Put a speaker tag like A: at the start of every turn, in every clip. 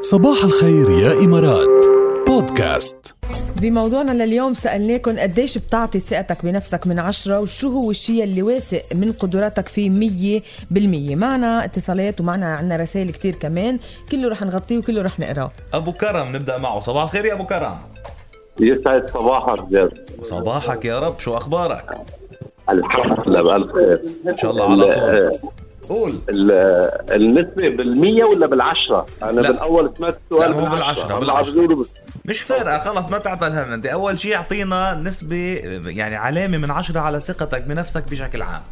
A: صباح الخير يا إمارات بودكاست
B: بموضوعنا لليوم سألناكم قديش بتعطي ثقتك بنفسك من عشرة وشو هو الشيء اللي واثق من قدراتك فيه مية بالمية معنا اتصالات ومعنا عنا رسائل كتير كمان كله رح نغطيه وكله رح نقراه
C: ابو كرم نبدا معه صباح الخير يا ابو كرم
D: يسعد صباحك جد
C: صباحك يا رب شو اخبارك
D: الحمد لله بألف خير
C: ان شاء الله على طول قول
D: ال- النسبة بالمية ولا بالعشرة؟ أنا
C: لا.
D: بالأول سمعت السؤال
C: لا، هو بالعشرة،
D: بالعشرة.
C: بالعشرة.
D: عم بيقولوا بس-
C: مش فارقه خلص ما تعطى الهم انت اول شيء اعطينا نسبه يعني علامه من عشرة على ثقتك بنفسك بشكل عام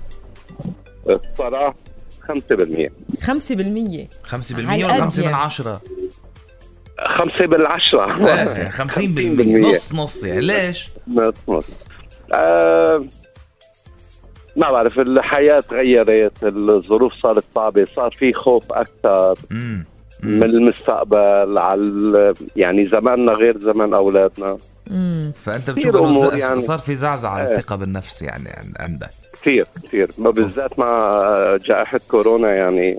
D: الصراحة 5%
B: خمسة بالمية
C: 5%
B: على
C: ولا
B: قد
C: 5 من
B: يعني.
C: 10
D: 5 بالعشرة
C: لا 50% نص نص يعني ليش؟
D: نص نص آه، ما بعرف الحياة تغيرت الظروف صارت صعبة صار في خوف أكثر
C: امم
D: من المستقبل على ال- يعني زماننا غير زمان أولادنا
B: مم.
C: فانت
D: كثير
C: بتشوف إنه
D: أمور
C: ز-
D: يعني.
C: صار في زعزعه على الثقه بالنفس يعني عن- عندك
D: كثير كثير ما بالذات مع جائحة كورونا يعني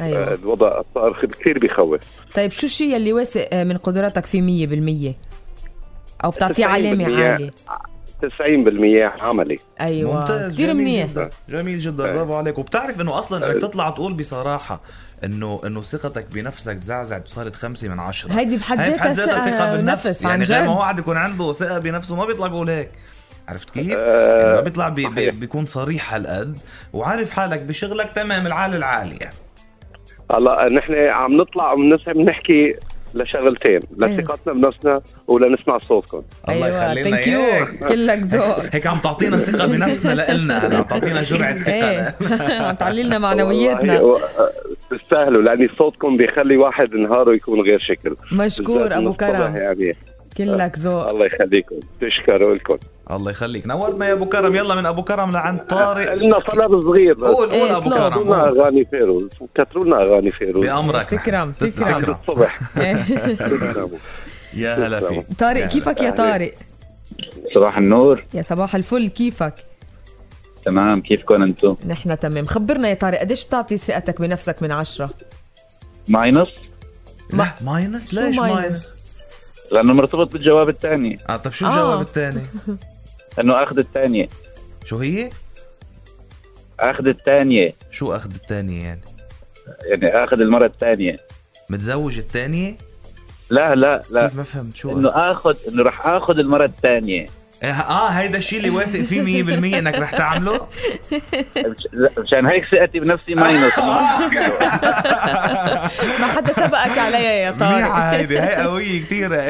C: آه،
B: أيوة.
D: الوضع صار كثير بخوف
B: طيب شو الشيء اللي واثق من قدراتك فيه مية بالمية أو بتعطيه
C: طيب،
D: 90%
B: علامة عالية
D: 90% عملي
B: أيوة
C: ممتاز
B: كتير
C: جميل
B: منيح
C: جدا جميل جدا برافو عليك وبتعرف انه اصلا انك تطلع تقول بصراحه انه انه ثقتك بنفسك تزعزعت وصارت خمسة من عشرة
B: هيدي بحد
C: هاي
B: ذاتها ثقة بالنفس عن
C: يعني غير ما
B: جد
C: واحد يكون عنده ثقه بنفسه ما بيطلع بيقول هيك عرفت كيف؟
D: آه،
C: يعني ما بيطلع بي بي
D: صحيح.
C: بيكون صريح هالقد وعارف حالك بشغلك تمام العال العالي يعني
D: هلا نحن عم نطلع عم بنحكي لشغلتين لثقتنا بنفسنا ولنسمع صوتكم
C: الله يخلينا
B: ثانك يو أيوة، كلك ذوق
C: هيك عم تعطينا ثقه بنفسنا لنا عم تعطينا جرعه ثقه
B: ايه عم تعلي لنا معنوياتنا
D: والله، و- تستاهلوا لأن صوتكم بيخلي واحد نهاره يكون غير شكل بالذات
B: مشكور ابو
D: النص صبح
B: كرم
D: يعني
B: كلك ذوق
D: الله يخليكم تشكروا لكم
C: الله يخليك نورتنا يا ابو كرم يلا من ابو كرم لعند طارق
D: لنا طلب صغير بس
C: قول قول
B: إيه،
C: ابو
B: اطلب.
C: كرم
D: كتروا لنا
C: قول.
D: اغاني فيروز كتروا لنا اغاني فيروز
C: بامرك
B: تكرم،
C: تس-
B: تكرم.
C: تكرم
D: الصبح
C: يا هلا فيك
E: يعني
B: طارق كيفك يا طارق
E: صباح النور
B: يا صباح الفل كيفك
E: تمام كيفكم انتم
B: نحن تمام خبرنا يا طارق قديش بتعطي ثقتك بنفسك من عشرة
E: ماينس
C: لا ماينس
B: شو
C: ليش
B: ماينس؟
C: ماينس؟
E: لانه مرتبط بالجواب الثاني
C: اه طب شو
B: آه.
C: الجواب الثاني؟
E: انه اخذ الثانيه
C: شو هي؟
E: اخذ الثانيه
C: شو اخذ الثانية يعني؟
E: يعني اخذ المره الثانيه
C: متزوج الثانية؟
E: لا لا لا
C: كيف ما فهمت شو
E: انه اخذ انه رح اخذ المره الثانيه
C: اه آه، هيدا الشيء اللي واثق فيه 100% انك رح تعمله؟
E: مش- لا، مشان هيك ثقتي بنفسي ماينس
B: ما حدا سبقك عليا يا طارق
C: منيحة هيدي هي قوية كثير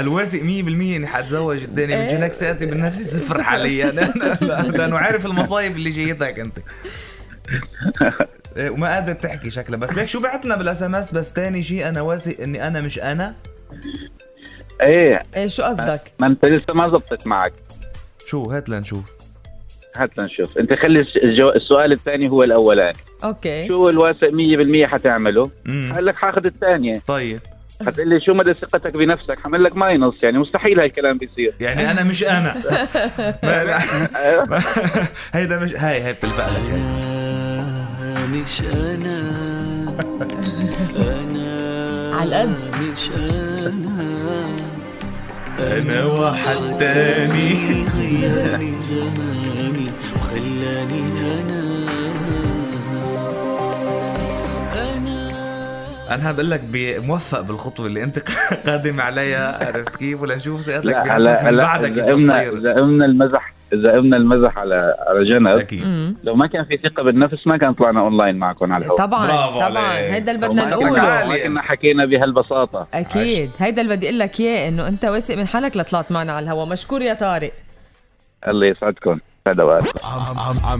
C: الواثق 100% اني حتزوج الثانية بتجي لك ثقتي بنفسي صفر حاليا لأن- لانه عارف المصايب اللي جايتك انت إيه، وما قادر تحكي شكلها بس ليك شو بعتنا بالاس ام اس بس ثاني شيء انا واثق اني انا مش انا
E: ايه
B: ايه شو قصدك
E: ما انت لسه ما زبطت معك
C: شو هات لنشوف
E: هات لنشوف انت خلي الس- الجو... السؤال الثاني هو الاولاني
B: اوكي
E: شو الواثق 100% حتعمله
C: مم.
E: قال لك حاخذ الثانيه
C: طيب
E: حتقول لي شو مدى ثقتك بنفسك حمل لك ماينس يعني مستحيل هالكلام بيصير
C: يعني انا مش انا ما- لا. ما- هيدا مش هاي هاي بتلفق لك هاي.
F: مش انا
B: على القد
F: مش انا
C: انا واحد تاني
F: غيرني زماني وخلاني انا
C: انا بقول لك ب- موفق بالخطوه اللي انت قادم عليها عرفت كيف ولا شوف سيادتك
E: لا
C: بنفسك
E: هلا
C: من
E: هلا
C: بعدك
E: اذا
C: كيف
E: امنا
C: بتصير
E: اذا امنا المزح اذا امنا المزح على على جنب
C: اكيد
B: مم.
E: لو ما كان في ثقه بالنفس ما كان طلعنا اونلاين معكم على الهواء
B: طبعا
C: برافو
B: طبعا
C: عليك.
B: هيدا اللي بدنا
E: ما
C: صوتك
B: نقوله
C: عالي.
E: كنا- ما كنا حكينا بهالبساطه
B: اكيد هيدا اللي بدي اقول لك اياه انه انت واثق من حالك لطلعت معنا على الهوا مشكور يا طارق
E: الله يسعدكم هذا وقت